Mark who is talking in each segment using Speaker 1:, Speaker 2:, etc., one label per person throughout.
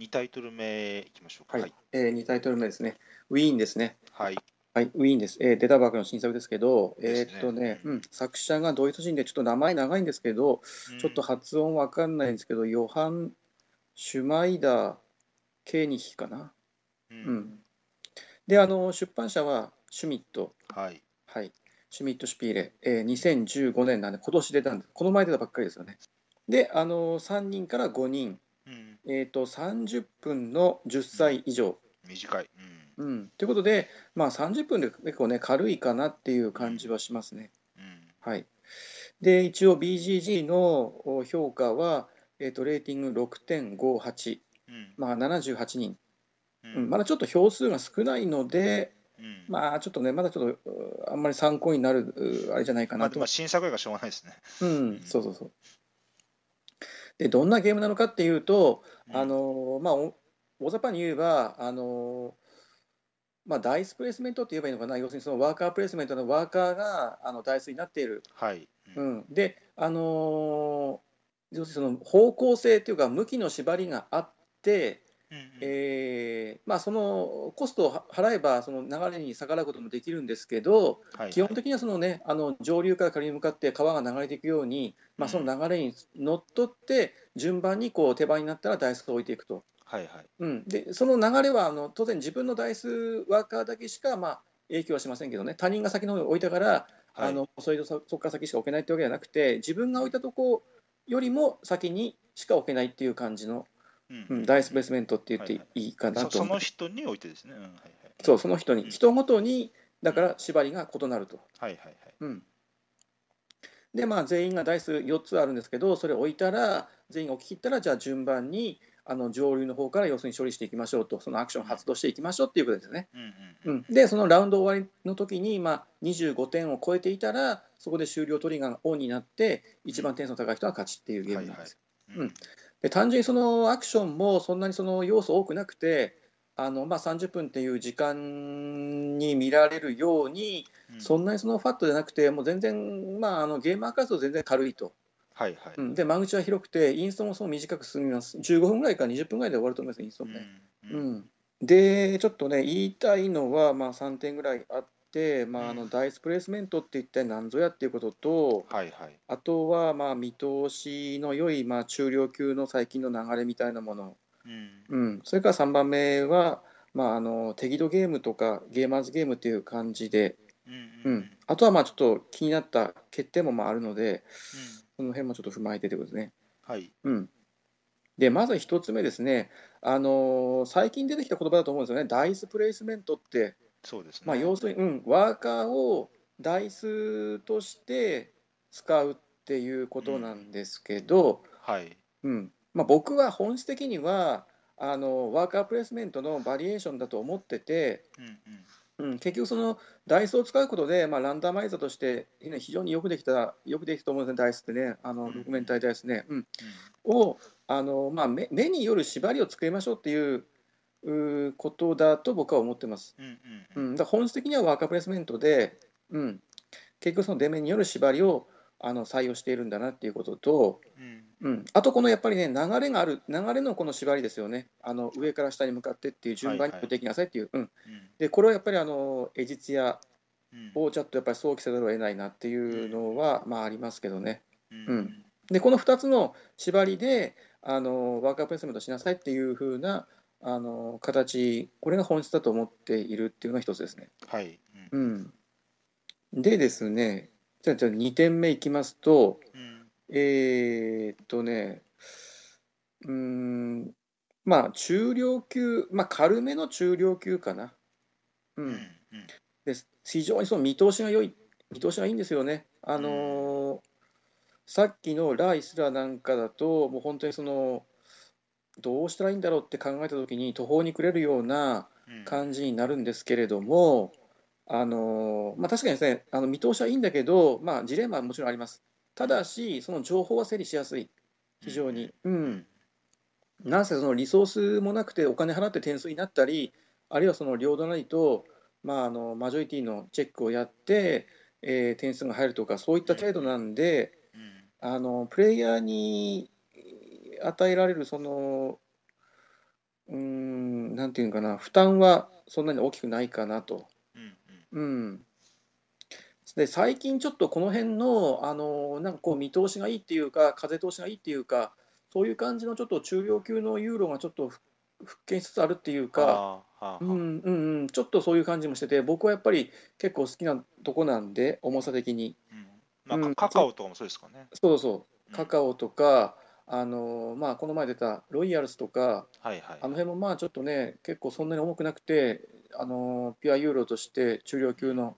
Speaker 1: 2タイトル目いきましょうか。
Speaker 2: はい、えー、2タイトル目ですね。ウィーンですね。
Speaker 1: はい。
Speaker 2: はい、ウィーンです。えー、デタバークの新作ですけど、
Speaker 1: ですね
Speaker 2: えーっとね、
Speaker 1: う
Speaker 2: うん、作者がドイツ人で、ちょっと名前長いんですけど、ちょっと発音わかんないんですけど、ヨハン・シュマイダー・ケーニヒかな。
Speaker 1: う。
Speaker 2: うんん。で、あの、出版社はシュミット、
Speaker 1: はい。
Speaker 2: はい、シュミット・シュピーレ、えー、2015年なんで、今年出たんです。この前出たばっかりですよね。で、あの、3人から5人、
Speaker 1: うん。
Speaker 2: えーっと、30分の10歳以上。
Speaker 1: 短い。
Speaker 2: うん、ということで、まあ、30分で結構ね軽いかなっていう感じはしますね。
Speaker 1: うん。うん。
Speaker 2: はい、で一応 BGG のお評価は、えー、とレーティング6.58、
Speaker 1: うん。
Speaker 2: まあ、78人、
Speaker 1: うん
Speaker 2: うん、まだちょっと票数が少ないので、
Speaker 1: うんまあ、
Speaker 2: まあ、ちょっとねまだちょっとうあんまり参考になるうあれじゃないかな
Speaker 1: で
Speaker 2: と、
Speaker 1: も新作映画しょうがないですね。
Speaker 2: うん、そうそうそう。でどんなゲームなのかっていうと、
Speaker 1: うん
Speaker 2: あ、のーまあお大雑把に言えばあのーまあダイスプレイスメントって言えばいいのかな要するにそのワーカープレイスメントのワーカーがあのダイスになっている、
Speaker 1: はい。
Speaker 2: う
Speaker 1: うん。
Speaker 2: ん、であのー要するにその方向性というか向きの縛りがあって、
Speaker 1: うん
Speaker 2: えーまあ、そのコストをは払えばその流れに逆らうこともできるんですけど
Speaker 1: はい
Speaker 2: 基本的にはその、ね、あの上流から下流に向かって川が流れていくように、まあ、その流れにのっとって順番にこう手番になったらダイスを置いていくと。
Speaker 1: はいはい。
Speaker 2: うん、でその流れはあの当然自分のダイスワーカーだけしか、まあ、影響はしませんけどね他人が先の方に置いたから、
Speaker 1: はい
Speaker 2: あのそれとそこから先しか置けないってわけじゃなくて自分が置いたとこよりも先にしか置けないっていう感じの、
Speaker 1: うん
Speaker 2: うん、ダイスプレイスメントって言っ
Speaker 1: はい
Speaker 2: て
Speaker 1: はい
Speaker 2: いいかな
Speaker 1: そ
Speaker 2: と
Speaker 1: そ
Speaker 2: 思う
Speaker 1: の人においてですね。うん。はいはい。
Speaker 2: そうその人
Speaker 1: うん
Speaker 2: に人ごとにだから縛りが異なると。
Speaker 1: はいはいはい。
Speaker 2: うんでまあ、全員がダイス4つあるんですけどそれを置いたら全員が置き切ったらじゃあ順番にあの上流の方から要するに処理していきましょうとそのアクションを発動していきましょうっていうことですね。
Speaker 1: うんう
Speaker 2: うんん、でそのラウンド終わりの時に、まあ、25点を超えていたらそこで終了トリガーがオンになって一番点数の高い人が勝ちっていうゲームなんですよ、
Speaker 1: うん。うん
Speaker 2: で単純にそのアクションもそんなにその要素多くなくてあの、まあ、30分っていう時間に見られるように
Speaker 1: うん
Speaker 2: そんなにそのファットじゃなくてもう全然、まあ、あのゲーマー活動全然軽いと、
Speaker 1: はいはい。
Speaker 2: うん、で間口は広くてインストもそう短く進みます15分ぐらいから20分ぐらいで終わると思いますインストもね。
Speaker 1: う。
Speaker 2: うんん、でちょっとね言いたいのは、まあ、3点ぐらいあって、まあ、あ
Speaker 1: う
Speaker 2: の
Speaker 1: ん
Speaker 2: ダイスプレイスメントって一体何ぞやっていうことと
Speaker 1: はいはい。
Speaker 2: あとはまあ見通しの良い、まあ、中量級の最近の流れみたいなもの、
Speaker 1: うん。
Speaker 2: うん、それから3番目は、まあ、あの適度ゲームとかゲーマーズゲームっていう感じで、
Speaker 1: うん
Speaker 2: う
Speaker 1: うん
Speaker 2: ん、あとはまあちょっと気になった欠点もまああるので
Speaker 1: うん
Speaker 2: その辺もちょっと踏まえてということですね。
Speaker 1: はい。
Speaker 2: うん、でまず一つ目ですね、あのー最近出てきた言葉だと思うんですよね、ダイスプレイスメントって、
Speaker 1: そうですね。
Speaker 2: まあ、要するに、うん、ワーカーをダイスとして使うっていうことなんですけど、
Speaker 1: はい。
Speaker 2: うんまあ、僕は本質的にはあのワーカープレイスメントのバリエーションだと思ってて、
Speaker 1: うんうん。
Speaker 2: うん、結局そのダイスを使うことで、まあ、ランダマイザーとして、ね、非常によくできたよくできたと思うんですねダイスってねあ
Speaker 1: う
Speaker 2: の
Speaker 1: ん
Speaker 2: 六面体ダイスね。うんをあの、まあ、目目による縛りを作りましょうっていううーことだと僕は思ってます。
Speaker 1: うんう
Speaker 2: うんん、だから本質的にはワーカープレイスメントで、うん、結局その出目による縛りをあの採用しているんだなっていうことと、
Speaker 1: うん。
Speaker 2: うん、あとこのやっぱりね流れがある流れのこの縛りですよねあの上から下に向かってっていう順番に
Speaker 1: はいはい
Speaker 2: 持っていきなさいっていう、うん、
Speaker 1: うん
Speaker 2: でこれはやっぱりあのエジツヤ
Speaker 1: うん
Speaker 2: をちょっとやっぱり想起せざるを得ないなっていうのは、まあありますけどね。
Speaker 1: うん
Speaker 2: でこの2つの縛りであのワーカープレイスメントしなさいっていう風なあの形これが本質だと思っているっていうのが一つですね。
Speaker 1: はい。う
Speaker 2: うんん、でですねじゃあじゃあ2点目いきますと
Speaker 1: うん
Speaker 2: えーっとねうーんまあ中量級まあ軽めの中量級かな。う
Speaker 1: うん
Speaker 2: ん、
Speaker 1: うん
Speaker 2: です非常にその見通しが良い見通しがいいんですよね。あのーさっきのライスラなんかだともう本当にそのどうしたらいいんだろうって考えた時に途方に暮れるような
Speaker 1: うん
Speaker 2: 感じになるんですけれども、あのーまあ、確かにですねあの見通しはいいんだけど、まあ、ジレンマはもちろんあります。ただしその情報は整理しやすい非常に。うんなんせそのリソースもなくてお金払って点数になったりあるいはその両隣と、まあ、あのマジョリティのチェックをやって、えー点数が入るとかそういった程度なんで
Speaker 1: うん
Speaker 2: あのプレイヤーに与えられるそのうん、なんていうのかな、負担はそんなに大きくないかなと。
Speaker 1: うんうん
Speaker 2: うん、で最近ちょっとこの辺の、あのなんかこう見通しがいいっていうか風通しがいいっていうかそういう感じのちょっと中量級のユーロがちょっとふ復権しつつあるっていうか、
Speaker 1: はあはあ
Speaker 2: う
Speaker 1: は
Speaker 2: んうんうん、ちょっとそういう感じもしてて僕はやっぱり結構好きなとこなんで重さ的に
Speaker 1: あうんま
Speaker 2: うん
Speaker 1: あカカオとかもそうですかね
Speaker 2: そうそうカ
Speaker 1: オ
Speaker 2: カオとか、あのまあ、この前出たロイヤルズとか
Speaker 1: はいはい
Speaker 2: あの辺もまあちょっとね結構そんなに重くなくて、あのピュアユーロとして中量級の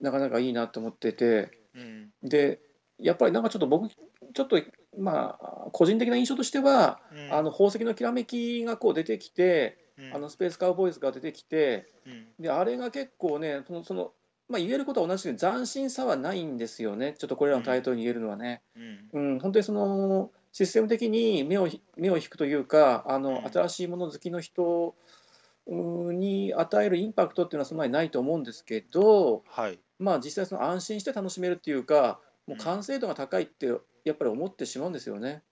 Speaker 2: なかなかいいなと思ってて。
Speaker 1: うん
Speaker 2: でやっぱりなんかちょっと僕ちょっとまあ個人的な印象としては、
Speaker 1: うん
Speaker 2: あの宝石のきらめきがこう出てきて、
Speaker 1: うん
Speaker 2: あのスペースカウボーイズが出てきて
Speaker 1: うん
Speaker 2: であれが結構ねそのその、まあ、言えることは同じで斬新さはないんですよねちょっとこれらのタイトルに言えるのはね。
Speaker 1: うん
Speaker 2: うん、本当にそのシステム的に目をひ目を引くというかあの
Speaker 1: うん
Speaker 2: 新しいもの好きの人うんに与えるインパクトっていうのはそんなにないと思うんですけど、
Speaker 1: はい
Speaker 2: まあ、実際その安心して楽しめるっていうかも
Speaker 1: うん
Speaker 2: う完成度が高いってやっぱり思ってしまうんですよね。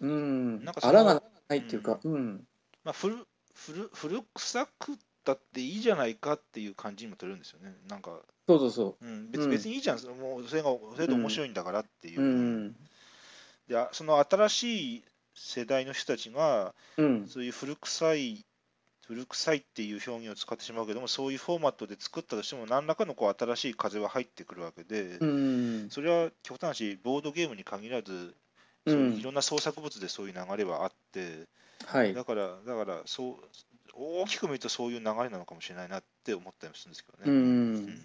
Speaker 1: うん
Speaker 2: うん、
Speaker 1: なんかそ
Speaker 2: あ
Speaker 1: の
Speaker 2: らがないっていうか、うん、
Speaker 1: まあ古古古臭くだっていいじゃないかっていう感じにも取れるんですよねなんか
Speaker 2: そうそうそ
Speaker 1: うん
Speaker 2: う
Speaker 1: 別
Speaker 2: ん
Speaker 1: 別にいいじゃんそれもうそれがそれで面白いんだからっていう
Speaker 2: う、う
Speaker 1: うん
Speaker 2: ん、
Speaker 1: であその新しい世代の人たちが
Speaker 2: うん、
Speaker 1: そういう古臭い、古臭いっていう表現を使ってしまうけども、そういうフォーマットで作ったとしても、何らかのこう新しい風は入ってくるわけで、
Speaker 2: うん、
Speaker 1: それは極端な話、ボードゲームに限らず、
Speaker 2: う
Speaker 1: そうい
Speaker 2: ん、
Speaker 1: ろんな創作物でそういう流れはあって、
Speaker 2: はい、
Speaker 1: だから、だからそう大きく見るとそういう流れなのかもしれないなって思ったりもするんですけどね。
Speaker 2: うん、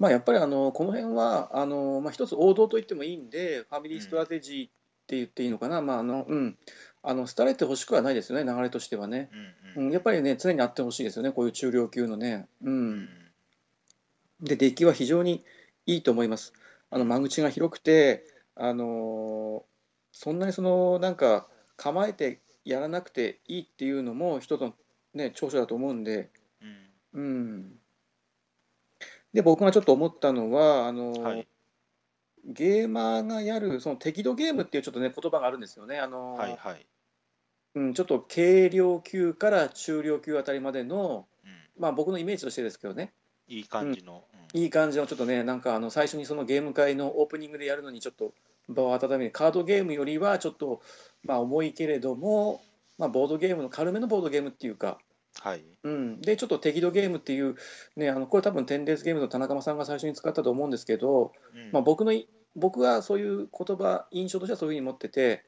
Speaker 2: まあやっぱりあのこの辺はあのまあ一つ王道と言ってもいいんで、ファミリーストラテジーって言っていいのかな、まああのうん、あの廃れてほしくはないですよね、流れとしてはね。
Speaker 1: うんう
Speaker 2: うんん、やっぱりね常にあってほしいですよね、こういう中量級のね。う
Speaker 1: うんん。
Speaker 2: でデッキは非常にいいと思います。あの間口が広くて、あのーそんなにそのなんか構えてやらなくていいっていうのも一つの、ね、長所だと思うんで、
Speaker 1: うん
Speaker 2: うん、で僕がちょっと思ったのはあのー
Speaker 1: はい
Speaker 2: ゲーマーがやるその適度ゲームっていうちょっとね言葉があるんですよね。あのー
Speaker 1: はいはい。
Speaker 2: うん、ちょっと軽量級から中量級あたりまでの、
Speaker 1: うん
Speaker 2: まあ、僕のイメージとしてですけどね
Speaker 1: いい感じの。うん
Speaker 2: いい感じのちょっとねなんかあの最初にそのゲーム会のオープニングでやるのにちょっと場を温めるカードゲームよりはちょっとまあ重いけれども、まあ、ボードゲームの軽めのボードゲームっていうか、
Speaker 1: はい。
Speaker 2: うん、でちょっと適度ゲームっていう、ね、あのこれ多分テンデーズゲームの田中さんが最初に使ったと思うんですけど、
Speaker 1: うん
Speaker 2: まあ、僕のい僕はそういう言葉印象としてはそういうふうに持ってて、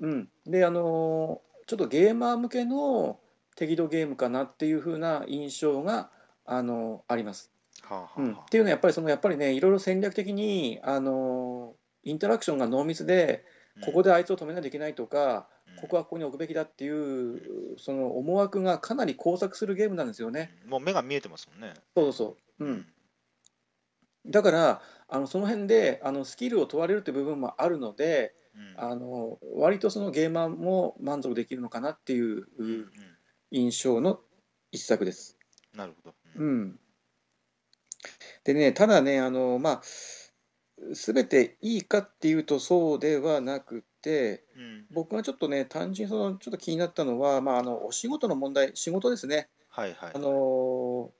Speaker 1: うん
Speaker 2: うん、であのーちょっとゲーマー向けの適度ゲームかなっていうふうな印象が、あのーあります。
Speaker 1: はあはあ
Speaker 2: うん、っ
Speaker 1: はあ
Speaker 2: ていうのはやっぱりそのやっぱりねいろいろ戦略的にあのインタラクションが濃密でここであいつを止めないといけないとか、ここはここに置くべきだっていうその思惑がかなり交錯するゲームなんですよね。
Speaker 1: もう目が見えてますもんね。
Speaker 2: そうそうそう、うん、だからあのその辺であのスキルを問われるって部分もあるので
Speaker 1: うん。
Speaker 2: あの割とそのゲーマーも満足できるのかなっていう
Speaker 1: うんうんうん
Speaker 2: 印象の一作です。
Speaker 1: なるほど。
Speaker 2: うんん、でねただねあのまあ全ていいかっていうとそうではなくて
Speaker 1: うん
Speaker 2: 僕がちょっとね単純にそのちょっと気になったのは、まあ、あのお仕事の問題仕事ですね
Speaker 1: はいはい。
Speaker 2: あの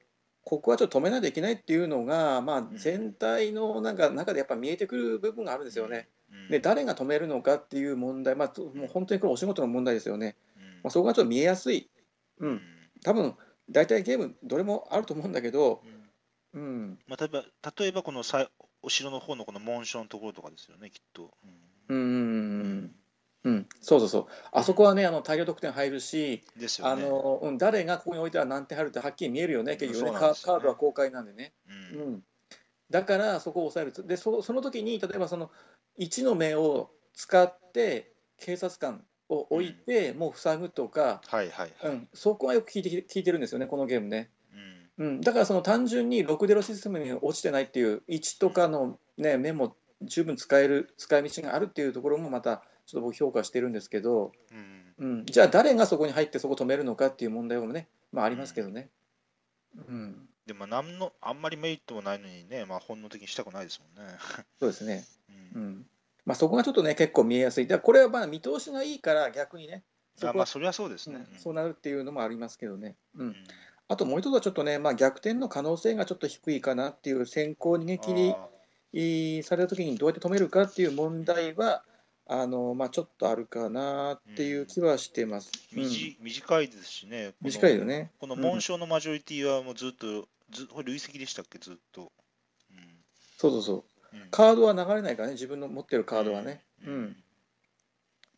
Speaker 2: ここはちょっと止めないといけないっていうのが、まあ、
Speaker 1: ん
Speaker 2: 全体のなんか中でやっぱ見えてくる部分があるんですよね。
Speaker 1: うん
Speaker 2: で誰が止めるのかっていう問題、まあ、ともう本当にこれお仕事の問題ですよね、
Speaker 1: うん
Speaker 2: まあ、そこがちょっと見えやすい、う
Speaker 1: うん
Speaker 2: ん、多分大体ゲームどれもあると思うんだけど、
Speaker 1: うん
Speaker 2: うん、
Speaker 1: まあ例えば例えばこのさいお城の方のこの紋章のところとかですよねきっと。
Speaker 2: う
Speaker 1: うん
Speaker 2: ん、うん、そうそうそう、あそこはね、あの大量得点入るし、
Speaker 1: ですよ
Speaker 2: あ
Speaker 1: ね。
Speaker 2: のうん、誰がここに置いたら何点入るってはっきり見えるよね、結局
Speaker 1: そ
Speaker 2: ね、
Speaker 1: うなん
Speaker 2: カ
Speaker 1: ですよね
Speaker 2: カードは公開なんでね、
Speaker 1: う
Speaker 2: うんん、だからそこを抑えるつ、でそその時に、例えばその1の目を使って、警察官を置いて、もう塞ぐとか、
Speaker 1: はいはいは
Speaker 2: う
Speaker 1: い。
Speaker 2: ん、そこはよく聞いてき聞いてるんですよね、このゲームね。
Speaker 1: うん
Speaker 2: うん、だからその単純に6デロシステムに落ちてないっていう1とかの、ね、目も十分使える使い道があるっていうところもまたちょっと僕評価してるんですけど、
Speaker 1: うん
Speaker 2: うん、じゃあ誰がそこに入ってそこ止めるのかっていう問題もね、まあ、ありますけどね。うん、
Speaker 1: でも何のあんまりメリットもないのにねまあ本能的にしたくないですもんね。
Speaker 2: そうですね、
Speaker 1: う
Speaker 2: うんんまあ、そこがちょっとね結構見えやすいだからこれはまあ見通しがいいから逆にねそ
Speaker 1: あ
Speaker 2: こ
Speaker 1: まあ
Speaker 2: は、
Speaker 1: そりゃそうですね。
Speaker 2: うんそうなるっていうのもありますけどね。
Speaker 1: う
Speaker 2: う
Speaker 1: ん
Speaker 2: ん、あともう一つはちょっとね、まあ、逆転の可能性がちょっと低いかなっていう先行逃げ切り
Speaker 1: あ
Speaker 2: えーされた時にどうやって止めるかっていう問題はあの、まあ、ちょっとあるかなっていう気はしてます。
Speaker 1: ー
Speaker 2: うん
Speaker 1: 短い短いですしね。この
Speaker 2: 短いよ。ね。
Speaker 1: この紋章のマジョリティはもうずっと、ずこれ累積でしたっけ、ずっと。
Speaker 2: そうそうそう。
Speaker 1: うんうん
Speaker 2: カードは流れないからね、自分の持ってるカードはね。うん。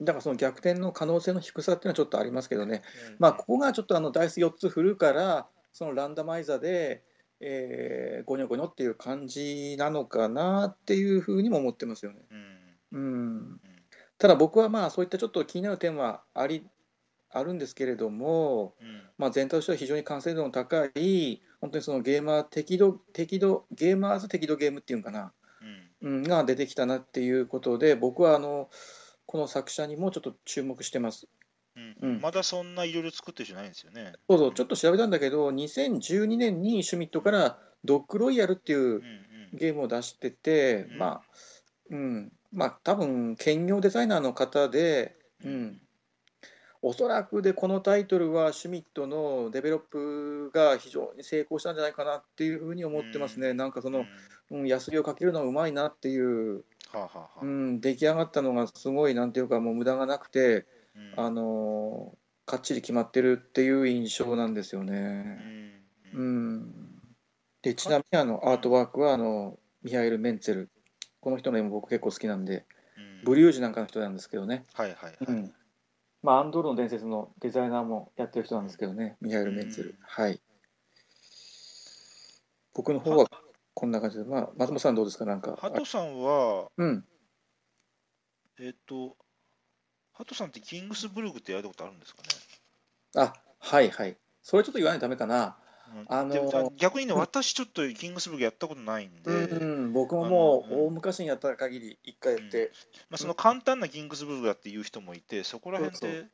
Speaker 2: だからその逆転の可能性の低さっていうのはちょっとありますけどね。まあ、ここがちょっとあのダイス4つ振るから、そのランダマイザーで、えー、ゴニョゴニョっていう感じなのかなっていうふうにも思ってますよね。
Speaker 1: うん
Speaker 2: うん。
Speaker 1: うん
Speaker 2: ただ僕はまあそういったちょっと気になる点はありあるんですけれども、
Speaker 1: うん
Speaker 2: まあ、全体としては非常に完成度の高い本当にそのゲーマー適度適度ゲーマーズ適度ゲームっていうんかな、
Speaker 1: うん
Speaker 2: うん、が出てきたなっていうことで僕はあのこの作者にもちょっと注目してます。
Speaker 1: う
Speaker 2: うんん
Speaker 1: まだそんないろいろ作ってる人じゃないんですよね。
Speaker 2: そうそうちょっと調べたんだけど2012年にシュミットから「ドッグロイヤル」っていう
Speaker 1: うんうん
Speaker 2: ゲームを出してて、
Speaker 1: うん
Speaker 2: まあうんまあ多分兼業デザイナーの方でうん、おそらくでこのタイトルはシュミットのデベロップが非常に成功したんじゃないかなっていうふうに思ってますね、
Speaker 1: うん
Speaker 2: なんかそ
Speaker 1: うん
Speaker 2: の、うん、ヤスリをかけるのはうまいなっていう、
Speaker 1: はあはあはあ
Speaker 2: うん、出来上がったのがすごいなんていうかもう無駄がなくて、
Speaker 1: うん
Speaker 2: あのーかっちり決まってるっていう印象なんですよ
Speaker 1: う
Speaker 2: ね。
Speaker 1: ん
Speaker 2: う
Speaker 1: うん
Speaker 2: ん、でちなみにあのアートワークはあのミハエル・メンツェルこの人の絵も僕結構好きなんで
Speaker 1: うん
Speaker 2: ブリュージュなんかの人なんですけどね。
Speaker 1: はいはいはい。
Speaker 2: うんまあ、アンドロの伝説のデザイナーもやってる人なんですけどね、ミハイル・メンツェル。
Speaker 1: うん
Speaker 2: はい。僕の方はこんな感じで、まあ、松本さんどうですか、なんか。
Speaker 1: ハトさんは、
Speaker 2: うん、
Speaker 1: えっ、と、ハトさんってキングスブルグってやったことあるんですかね、
Speaker 2: あはいはい。それちょっと言わないとダメかな。
Speaker 1: うん
Speaker 2: あのー
Speaker 1: でも逆にね、私ちょっとキングスブルグやったことないんで、
Speaker 2: うん、僕もも
Speaker 1: あのう
Speaker 2: うん大昔にやった限り、一回やって、
Speaker 1: まあ、その簡単なキングスブルグだっていう人もいて、そこら辺で、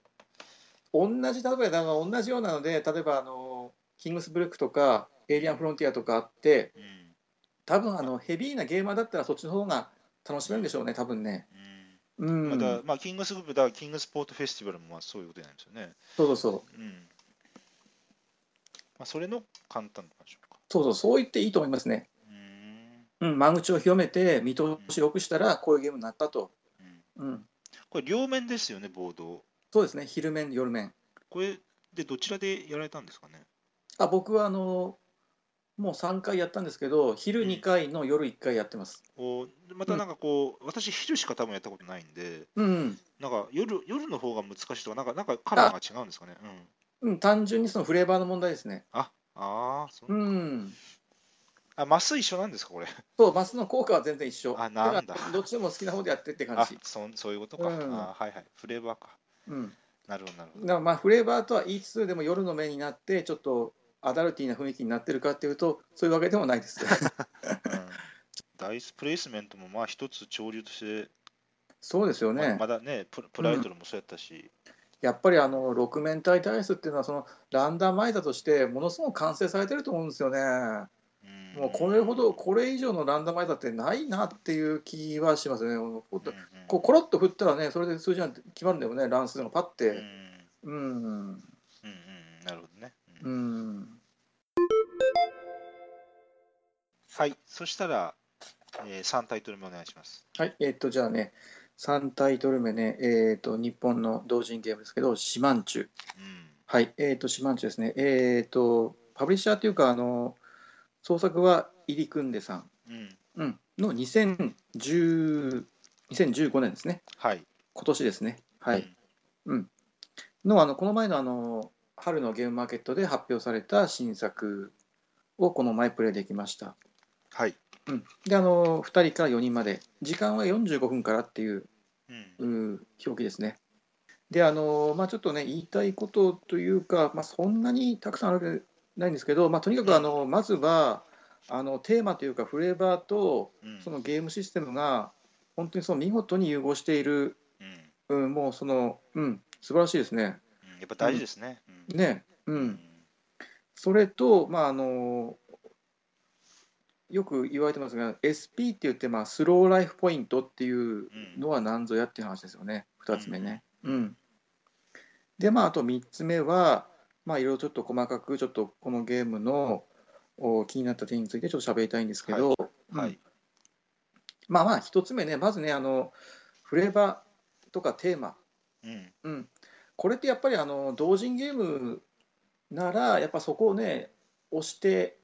Speaker 2: そう同じ、例えばなんか同じようなので、例えばあの、キングスブルックとか、エイリアン・フロンティアとかあって、
Speaker 1: うん
Speaker 2: 多分あのヘビーなゲーマーだったら、そっちの方が楽しめるんでしょうね、多分ね。う
Speaker 1: うん
Speaker 2: ん、
Speaker 1: またまあ、キングスブルグだ、キングスポートフェスティバルもまあそういうことになるんですよね。
Speaker 2: そうそうそう。
Speaker 1: うんまあ、それの簡単な感じか。
Speaker 2: そうそう、そう言っていいと思いますね。
Speaker 1: うん
Speaker 2: うん、間口を広めて、見通しを良くしたら、こういうゲームになったと。
Speaker 1: うん
Speaker 2: うん、
Speaker 1: これ、両面ですよね、ボード。
Speaker 2: そうですね、昼面、夜面。
Speaker 1: これでどちらでやられたんですかね。
Speaker 2: あ、僕はあの、もう3回やったんですけど、昼
Speaker 1: うん
Speaker 2: 2回の夜1回やってます。
Speaker 1: こうまたなんかこう、私、昼しか多分やったことないんで、
Speaker 2: うん、
Speaker 1: なんか夜夜の方が難しいとか、なんかなんかカラーが違うんですかね。うん、
Speaker 2: うん、単純にそのフレーバーの問題ですね。
Speaker 1: ああーそうう、
Speaker 2: ん、
Speaker 1: あ、マス一緒なんですか、これ。
Speaker 2: そう、マスの効果は全然一緒。
Speaker 1: あなんだ
Speaker 2: からどっちでも好きな方でやってって感
Speaker 1: あ
Speaker 2: じ。
Speaker 1: そんそういうことか、
Speaker 2: うん
Speaker 1: あ。はいはい。フレーバーか。
Speaker 2: うん、
Speaker 1: なるほど、なるほ
Speaker 2: だ
Speaker 1: ど。
Speaker 2: からまあ、フレーバーとは言いつつ、でも夜の面になって、ちょっとアダルティーな雰囲気になってるかっていうと、そういうわけでもない です。
Speaker 1: うんダイスプレイスメントもまあ一つ潮流として、
Speaker 2: そうですよね。
Speaker 1: まあまだねプ、プライドルもそうやったし、
Speaker 2: やっぱりあの6面体体質っていうのはそのランダマイザーとしてものすごく完成されてると思うんですよね。
Speaker 1: うん
Speaker 2: もうこれほどこれ以上のランダマイザーってないなっていう気はしますよね。こう
Speaker 1: うんうん
Speaker 2: こうコロッと振ったらねそれで数字なんて決まるんだよね乱数がパッ
Speaker 1: うんうん
Speaker 2: て。うん
Speaker 1: うんうんなるほどね。うん
Speaker 2: うん
Speaker 1: はい。そしたら、えー、3タイトル目お願いします。
Speaker 2: はいえっとじゃあね3タイトル目ねえっと日本の同人ゲームですけど「シマンチュ」
Speaker 1: うん
Speaker 2: はい、えー、と、シマンチュですね。えー、と、パブリッシャーというか、あの、創作は入り組んでさん、
Speaker 1: うん、
Speaker 2: うん、の2010 2015年ですね。
Speaker 1: はい。
Speaker 2: 今年ですね。は
Speaker 1: うん
Speaker 2: い。の、あの、この前の、あの、春のゲームマーケットで発表された新作を、この前プレイできました。
Speaker 1: はい。
Speaker 2: うん。で、あの、2人から4人まで、時間は45分からっていう
Speaker 1: うん。
Speaker 2: うん表記ですね。で、あのまあ、ちょっとね、言いたいことというか、まあ、そんなにたくさんあるわけないんですけど、まあ、とにかく、あのまずはあのテーマというか、フレーバーと
Speaker 1: うん
Speaker 2: そのゲームシステムが、本当にその見事に融合している、
Speaker 1: うん。うん
Speaker 2: うん、もうその、うん、素晴らしいですね。
Speaker 1: やっぱ大事ですね。うん
Speaker 2: ね、う
Speaker 1: うん
Speaker 2: ん、それと、まああのよく言われてますが、SP って言って、まあ、スローライフポイントっていう
Speaker 1: うん
Speaker 2: のは何ぞやっていう話ですよね、2つ目ね。うんで、まあ、あと3つ目は、まあ、いろいろちょっと細かく、ちょっとこのゲームのお気になった点についてちょっと喋りたいんですけど、うん
Speaker 1: はい。
Speaker 2: まあまあ、1つ目ね、まずね、あの、フレーバーとかテーマ、
Speaker 1: うん。
Speaker 2: うん、これってやっぱりあの同人ゲームならやっぱそこをね押して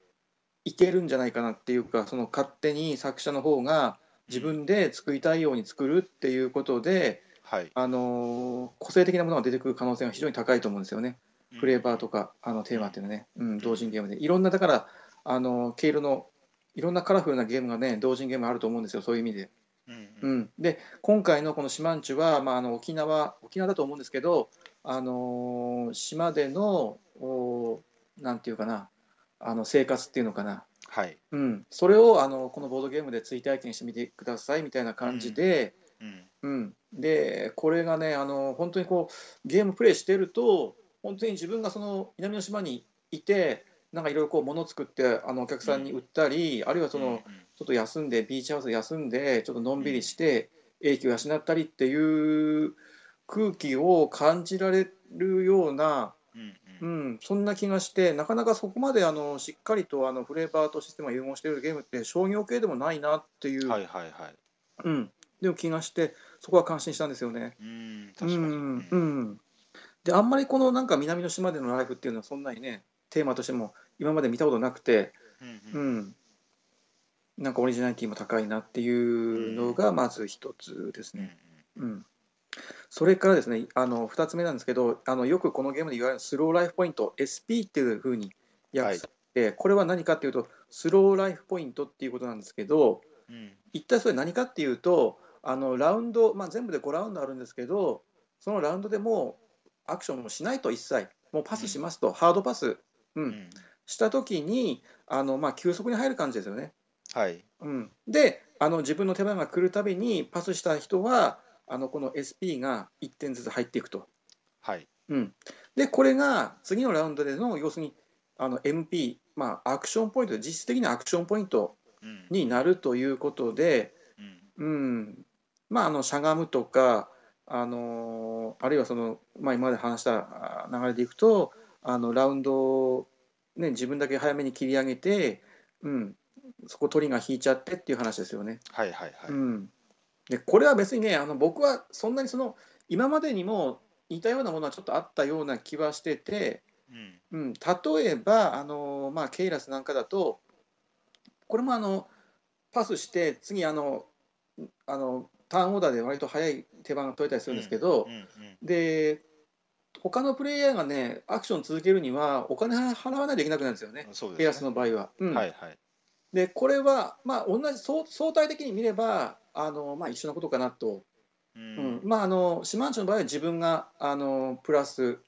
Speaker 2: いけるんじゃないかなっていうかその勝手に作者の方が自分で作りたいように作るっていうことで、
Speaker 1: はい。
Speaker 2: あのー個性的なものが出てくる可能性が非常に高いと思うんですよねフレーバーと
Speaker 1: か。
Speaker 2: かあのテーマっていうのはね、うん、同人ゲームでいろんなだからあの毛色のいろんなカラフルなゲームがね同人ゲームあると思うんですよそういう意味で。
Speaker 1: うん
Speaker 2: う
Speaker 1: うん。
Speaker 2: ん、で今回のこの島んちゅは、まあ、あの沖縄沖縄だと思うんですけど、あのー島でのおーなんていうかなあの生活っていうのかな、
Speaker 1: はい。
Speaker 2: うん、それをあのこのボードゲームで追体験してみてくださいみたいな感じで、
Speaker 1: うん。
Speaker 2: うんでこれがねあの本当にこうゲームプレイしてると本当に自分がその南の島にいてなんかいろいろこう物作ってあのお客さんに売ったり、あるいはその、
Speaker 1: うん
Speaker 2: ちょっと休んでビーチハウスで休んでちょっとのんびりして英気を養ったりっていう空気を感じられるような、
Speaker 1: うんう
Speaker 2: うんん、そんな気がしてなかなかそこまであのしっかりとあのフレーバーとシステムが融合しているゲームって商業系でもないなっていう、
Speaker 1: はいはいはい。
Speaker 2: うん、でも気がしてそこは感心したんですよね。
Speaker 1: うん。確かに。
Speaker 2: うんうん、であんまりこのなんか南の島でのライフっていうのはそんなにねテーマとしても今まで見たことなくて。
Speaker 1: うん
Speaker 2: う
Speaker 1: うん
Speaker 2: ん、なんかオリジナリティも高いなっていうのがまず一つです
Speaker 1: うん
Speaker 2: ね。うん、それからですねあの2つ目なんですけどあのよくこのゲームで言われるスローライフポイント SP っていうふうに訳されて、これは何かっていうとスローライフポイントっていうことなんですけど
Speaker 1: うん
Speaker 2: 一体それ何かっていうとあのラウンド、まあ、全部で5ラウンドあるんですけどそのラウンドでもうアクションもしないと一切もうパスしますと、ハードパス、う
Speaker 1: うん
Speaker 2: ん、した時にあの、まあ、急速に入る感じですよね。
Speaker 1: はい。
Speaker 2: うん、であの自分の手番が来るたびにパスした人はあのこの SP が1点ずつ入っていくと、
Speaker 1: はい。
Speaker 2: うん、でこれが次のラウンドでの要するにあの MP、まあ、アクションポイント実質的なアクションポイント
Speaker 1: うん
Speaker 2: になるということで、
Speaker 1: うん
Speaker 2: うんまあ、あのしゃがむとか、あのーあるいはその、まあ、今まで話したあ流れでいくとあのラウンドを、ね、自分だけ早めに切り上げて、うん、そこトリガー引いちゃってっていう話ですよね。
Speaker 1: はいはいはい。
Speaker 2: うん、でこれは別にねあの僕はそんなにその今までにも似たようなものはちょっとあったような気はしてて、
Speaker 1: うん
Speaker 2: うん、例えばあの、まあ、ケイラスなんかだとこれもあのパスして次あのあのターンオーダーで割と早い手番が取れたりするんですけど、
Speaker 1: うんうん
Speaker 2: で他のプレイヤーがねアクション続けるにはお金払わないといけなくなるんですよね、
Speaker 1: そう
Speaker 2: ケイ
Speaker 1: で
Speaker 2: ラ
Speaker 1: す
Speaker 2: ス
Speaker 1: ね。
Speaker 2: の場合は。うん
Speaker 1: はいはい。
Speaker 2: でこれは、まあ、同じ相相対的に見ればあの、まあ、一緒なことかなと、
Speaker 1: う
Speaker 2: うん
Speaker 1: ん
Speaker 2: まあ、あのシマンチュの場合は自分があのプラス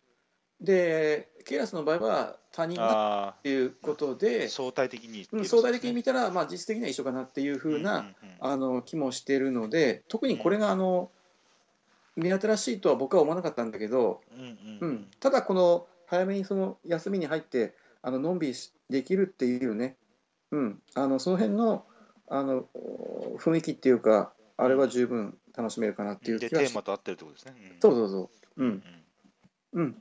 Speaker 2: でケイラスの場合は他人がっ
Speaker 1: あ
Speaker 2: ていうこと
Speaker 1: あ、
Speaker 2: で、
Speaker 1: 相対的に。
Speaker 2: うん、相対的に見たら、まあ、実質的には一緒かなっていうふうな、
Speaker 1: うんうんうん
Speaker 2: あの気もしてるので特にこれがあの目新しいとは僕は思わなかったんだけど、
Speaker 1: うんう
Speaker 2: うん
Speaker 1: うんん、
Speaker 2: ただこの早めにその休みに入ってあののんびりできるっていうね、うん、あのその辺のあのお雰囲気っていうかあれは十分楽しめるかなっていう
Speaker 1: で
Speaker 2: 気
Speaker 1: テ
Speaker 2: が
Speaker 1: ー
Speaker 2: し
Speaker 1: マと合ってるってことですね。ん
Speaker 2: そうそうそう、うん
Speaker 1: ん
Speaker 2: うん、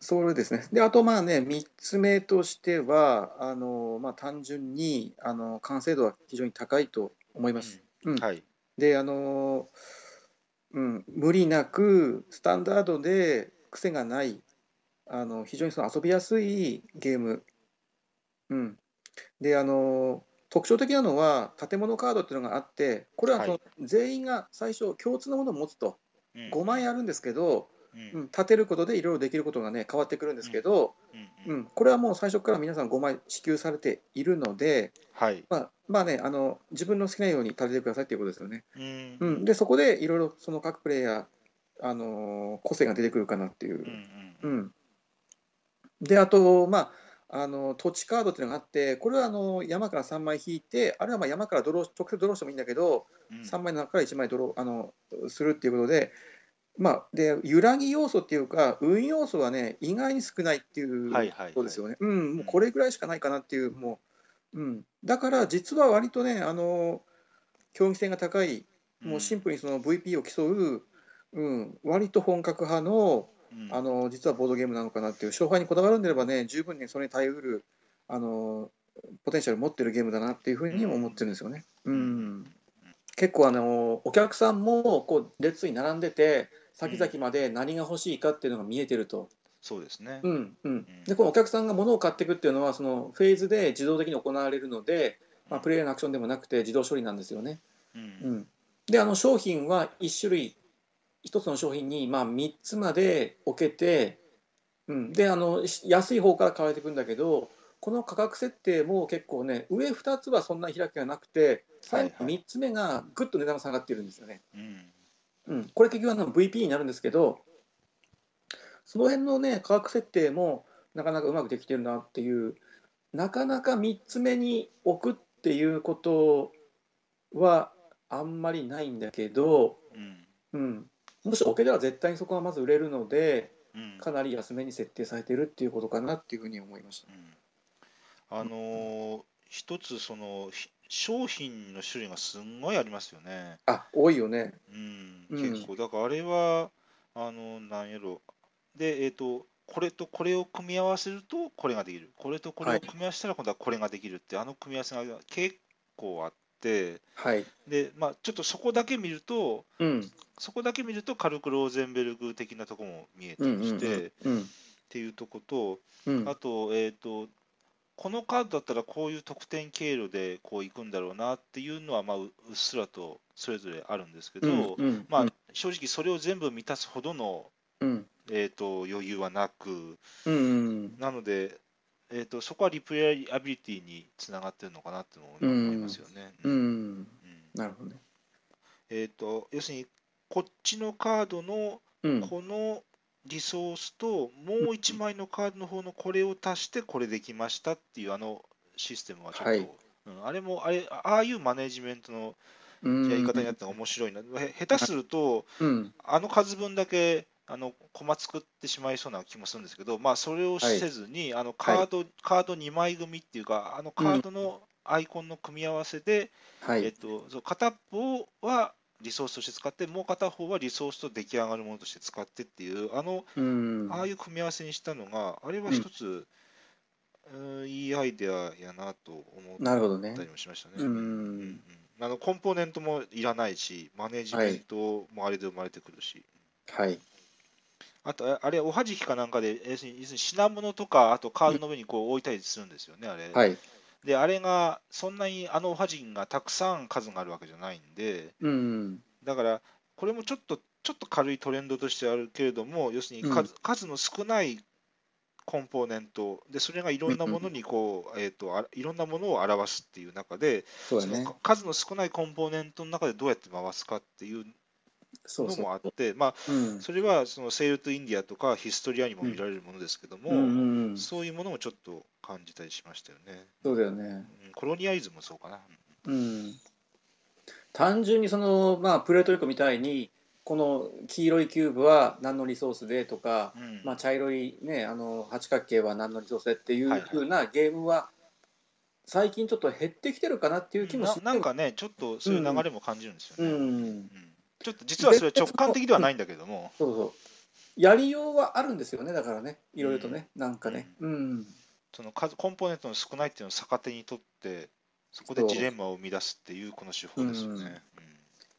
Speaker 2: それですねであとまあね3つ目としてはあの、まあ、単純にあの完成度は非常に高いと思います。うん
Speaker 1: はい。
Speaker 2: であの、うん、無理なくスタンダードで癖がないあの非常にその遊びやすいゲーム、うん、であの特徴的なのは建物カードっていうのがあってこれはそ
Speaker 1: は
Speaker 2: の全員が最初共通のものを持つと
Speaker 1: うん
Speaker 2: 5枚あるんですけど、
Speaker 1: うん
Speaker 2: うん、建てることでいろいろできることがね変わってくるんですけど、
Speaker 1: うんう
Speaker 2: うんん、これはもう最初から皆さん5枚支給されているので、
Speaker 1: はい。
Speaker 2: まあ、まあねあの自分の好きなように建ててくださいっていうことですよね。
Speaker 1: うん
Speaker 2: うん、でそこでいろいろその各プレイヤー、あのー個性が出てくるかなっていうう。
Speaker 1: ん
Speaker 2: うんであと、まああの土地カードっていうのがあってこれはあの山から3枚引いてあるいはまあ山からドロー直接ドローしてもいいんだけど、
Speaker 1: うん
Speaker 2: 3枚の中から1枚ドローあのするっていうことで,、まあ、で揺らぎ要素っていうか運要素はね意外に少ないっていう
Speaker 1: はいはいはい
Speaker 2: ことですよね。うん、もうこれぐらいしかないかなっていうもう、うん、だから実は割とねあの競技性が高いもうシンプルにその VP を競う、うん、割と本格派の
Speaker 1: うん
Speaker 2: あの実はボードゲームなのかなっていう勝敗にこだわるんであればね十分にそれに耐えうるあのポテンシャル持ってるゲームだなっていうふうにも思ってるんですよね。うん結構あのお客さんもこう列に並んでて先々まで何が欲しいかっていうのが見えてると、
Speaker 1: そうですね。
Speaker 2: うんうん、でこのお客さんが物を買っていくっていうのはそのフェーズで自動的に行われるので、まあ、プレイヤーのアクションでもなくて自動処理なんですよね。
Speaker 1: う
Speaker 2: うんん、であの商品は1種類1つの商品にまあ3つまで置けて、うん、であのし安い方から買われていくんだけどこの価格設定も結構ね上2つはそんなに開きがなくて最
Speaker 1: はい
Speaker 2: 後
Speaker 1: はい
Speaker 2: 3つ目がぐっと値段が下がってるんですよね。
Speaker 1: うん
Speaker 2: うん、これ結局あの VP になるんですけどその辺のね価格設定もなかなかうまくできてるなっていうなかなか3つ目に置くっていうことはあんまりないんだけど、
Speaker 1: うん
Speaker 2: うん、もし置けたら絶対にそこはまず売れるので
Speaker 1: うん
Speaker 2: かなり安めに設定されてるっていうことかなっていうふうに思いました。
Speaker 1: うんあのー一つそのひ商品の種類がすんごいありますよね。
Speaker 2: あ多いよね。
Speaker 1: うん、
Speaker 2: うん
Speaker 1: 結構だからあれはあのなんやろでえっ、とこれとこれを組み合わせるとこれができるこれとこれ
Speaker 2: は
Speaker 1: を
Speaker 2: い
Speaker 1: 組み合わせたら今度はこれができるって、あの組み合わせが結構あって
Speaker 2: はい、
Speaker 1: でまあちょっとそこだけ見ると
Speaker 2: うん
Speaker 1: そこだけ見るとカルク・ローゼンベルグ的なとこも見えて
Speaker 2: うん
Speaker 1: きて、っ
Speaker 2: うん
Speaker 1: ていうとこと
Speaker 2: うん
Speaker 1: あと,、えー、とこのカードだったらこういう得点経路でこういくんだろうなっていうのは、まあ、ううっすらとそれぞれあるんですけど、
Speaker 2: うん
Speaker 1: まあ、正直それを全部満たすほどの、
Speaker 2: うん
Speaker 1: えー、と余裕はなく
Speaker 2: うんうん
Speaker 1: なので、えー、とそこはリプレイアビリティにつながってるのかなっていうのを
Speaker 2: うん
Speaker 1: 思いますよね。
Speaker 2: う
Speaker 1: うん
Speaker 2: んなるほどね。
Speaker 1: えー、と要するにこっちのカードの
Speaker 2: うん
Speaker 1: このリソースともう1枚のカードの方のこれを足してこれできましたっていうあのシステムはちょっと、
Speaker 2: はい
Speaker 1: うん、あれもあれああいうマネジメントの
Speaker 2: うん
Speaker 1: やり方になって面白いな、へ下手すると
Speaker 2: うん、
Speaker 1: あの数分だけあのコマ作ってしまいそうな気もするんですけど、まあ、それをせずに、あのカード、カード2枚組っていうかあのカードのアイコンの組み合わせで、
Speaker 2: は
Speaker 1: えっ
Speaker 2: い、
Speaker 1: と、そう片方はリソースとして使って、もう片方はリソースと出来上がるものとして使ってっていう、あの、
Speaker 2: うん、
Speaker 1: ああいう組み合わせにしたのが、あれは一つ、うんいいアイデアやなと思っ
Speaker 2: なるほどね
Speaker 1: た。りもしましたね。
Speaker 2: うん
Speaker 1: うあのコンポーネントもいらないし、マネージメントもあれで生まれてくるし、
Speaker 2: はい、
Speaker 1: あと、ああれ、おはじきかなんかで、要するに要するに品物とか、あとカードの上にこう置いたりするんですよね、あれ。
Speaker 2: はい、
Speaker 1: で、あれが、そんなにあのおはじきがたくさん数があるわけじゃないんで、
Speaker 2: うん、
Speaker 1: だから、これもちょっと、ちょっと軽いトレンドとしてあるけれども、要するに数,、数の少ないコンポーネントで、それがいろんなものにこう、えーと、あいろんなものを表すっていう中で、
Speaker 2: そうだ
Speaker 1: そ
Speaker 2: ね
Speaker 1: の。数の少ないコンポーネントの中でどうやって回すかっていう
Speaker 2: そう
Speaker 1: の
Speaker 2: そ
Speaker 1: もあって、まあ、
Speaker 2: う。うん、
Speaker 1: それはそのセール・トゥ・インディアとかヒストリアにも見られるものですけども、
Speaker 2: うんうんうん、そ
Speaker 1: そういうものもちょっと感じたりしましたよね。
Speaker 2: うだよね。
Speaker 1: うんコロニアリズムもそうかな。
Speaker 2: うん。単純にそのまあプレートリコみたいにこの黄色いキューブは何のリソースでとか、
Speaker 1: うん
Speaker 2: まあ茶色いねあの八角形は何のリソースでっていう
Speaker 1: はいはい
Speaker 2: ふうなゲームは最近ちょっと減ってきてるかなっていう気も
Speaker 1: な
Speaker 2: して
Speaker 1: なんかね、ちょっとそういう流れも感じるんですよ
Speaker 2: う
Speaker 1: ね。
Speaker 2: ん、
Speaker 1: うんちょっと実はそれは直感的ではないんだけども、
Speaker 2: そうそう。やりようはあるんですよねだからねいろいろとね、なんかね。うん
Speaker 1: その数コンポーネントの少ないっていうのを逆手にとって、そこでジレンマを生み出すっていうこの手法ですよね。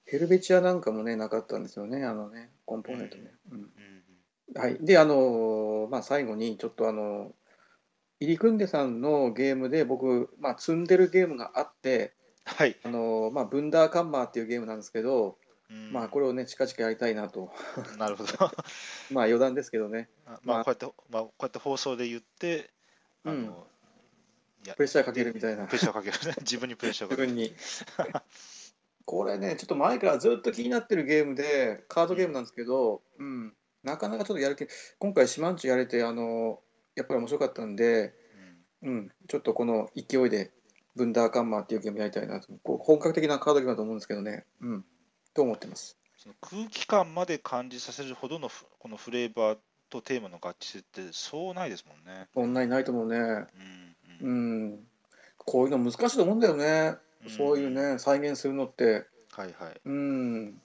Speaker 2: ヘルベチアなんかもねなかったんですよねあのねコンポーネントね。うん
Speaker 1: うん
Speaker 2: はい、であのーまあ最後にちょっとあの入り組んでさんのゲームで僕、まあ、積んでるゲームがあって
Speaker 1: はい。
Speaker 2: あのー、まあ、ブンダーカンマーっていうゲームなんですけど、
Speaker 1: うん
Speaker 2: まあ、これをね近々やりたいなと
Speaker 1: なるほど。
Speaker 2: まあ余談ですけどね
Speaker 1: あま
Speaker 2: ま
Speaker 1: あ
Speaker 2: あ
Speaker 1: こうやって、まあ、こうやって放送で言って、あの、
Speaker 2: うん
Speaker 1: いや
Speaker 2: プレッシャーかけるみたいな
Speaker 1: プレッシャーかけるね。 自分にプレッシャーかけ
Speaker 2: 自
Speaker 1: る。
Speaker 2: 分にこれねちょっと前からずっと気になってるゲームでカードゲームなんですけど、うん、なかなかちょっとやる気今回シマンチュやれてあのやっぱり面白かったんで
Speaker 1: うん
Speaker 2: うん、ちょっとこの勢いで、ブンダーカンマーっていうゲームやりたいなと、こう本格的なカードゲームだと思うんですけどね、うん、と思ってます。
Speaker 1: その空気感まで感じさせるほどのふこのフレーバーとテーマの合致性ってそうないですもんね。
Speaker 2: そんなにないと思うね。
Speaker 1: うん
Speaker 2: う
Speaker 1: うん
Speaker 2: ん、こういうの難しいと思うんだよね、そういうね、再現するのって、
Speaker 1: はいはい。
Speaker 2: うん、